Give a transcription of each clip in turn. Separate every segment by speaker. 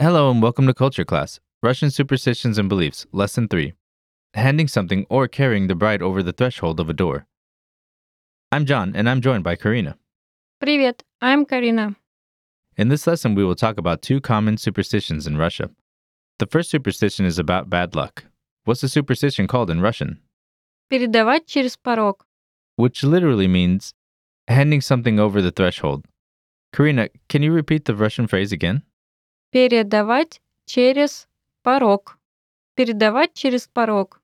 Speaker 1: Hello and welcome to Culture Class Russian Superstitions and Beliefs, Lesson 3 Handing something or carrying the bride over the threshold of a door. I'm John and I'm joined by Karina.
Speaker 2: Привет, I'm Karina.
Speaker 1: In this lesson, we will talk about two common superstitions in Russia. The first superstition is about bad luck. What's the superstition called in Russian?
Speaker 2: Передавать через порог.
Speaker 1: Which literally means handing something over the threshold. Karina, can you repeat the Russian phrase again?
Speaker 2: Передавать через порог. Передавать через порог.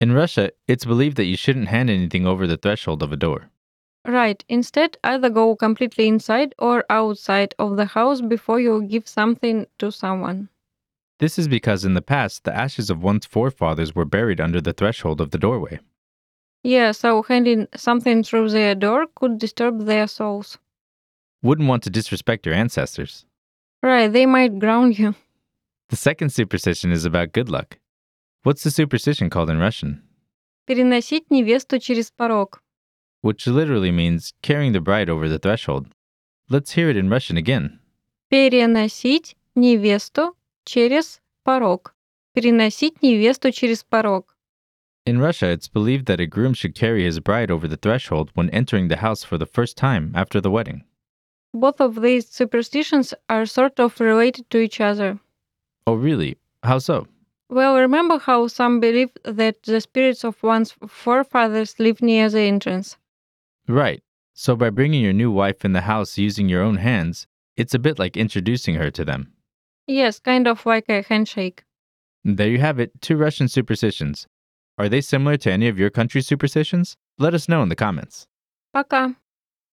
Speaker 1: In Russia, it's believed that you shouldn't hand anything over the threshold of a door.
Speaker 2: Right, instead either go completely inside or outside of the house before you give something to someone.
Speaker 1: This is because in the past, the ashes of one's forefathers were buried under the threshold of the doorway.
Speaker 2: Yeah, so handing something through their door could disturb their souls.
Speaker 1: Wouldn't want to disrespect your ancestors.
Speaker 2: Right, they might ground you.
Speaker 1: The second superstition is about good luck. What's the superstition called in Russian?
Speaker 2: Переносить невесту через порог.
Speaker 1: Which literally means carrying the bride over the threshold. Let's hear it in Russian again.
Speaker 2: Переносить невесту через порог. Переносить невесту через порог.
Speaker 1: In Russia, it's believed that a groom should carry his bride over the threshold when entering the house for the first time after the wedding.
Speaker 2: Both of these superstitions are sort of related to each other.
Speaker 1: Oh, really? How so?
Speaker 2: Well, remember how some believe that the spirits of one's forefathers live near the entrance.
Speaker 1: Right. So, by bringing your new wife in the house using your own hands, it's a bit like introducing her to them.
Speaker 2: Yes, kind of like a handshake.
Speaker 1: There you have it two Russian superstitions. Are they similar to any of your country's superstitions? Let us know in the comments.
Speaker 2: Пока.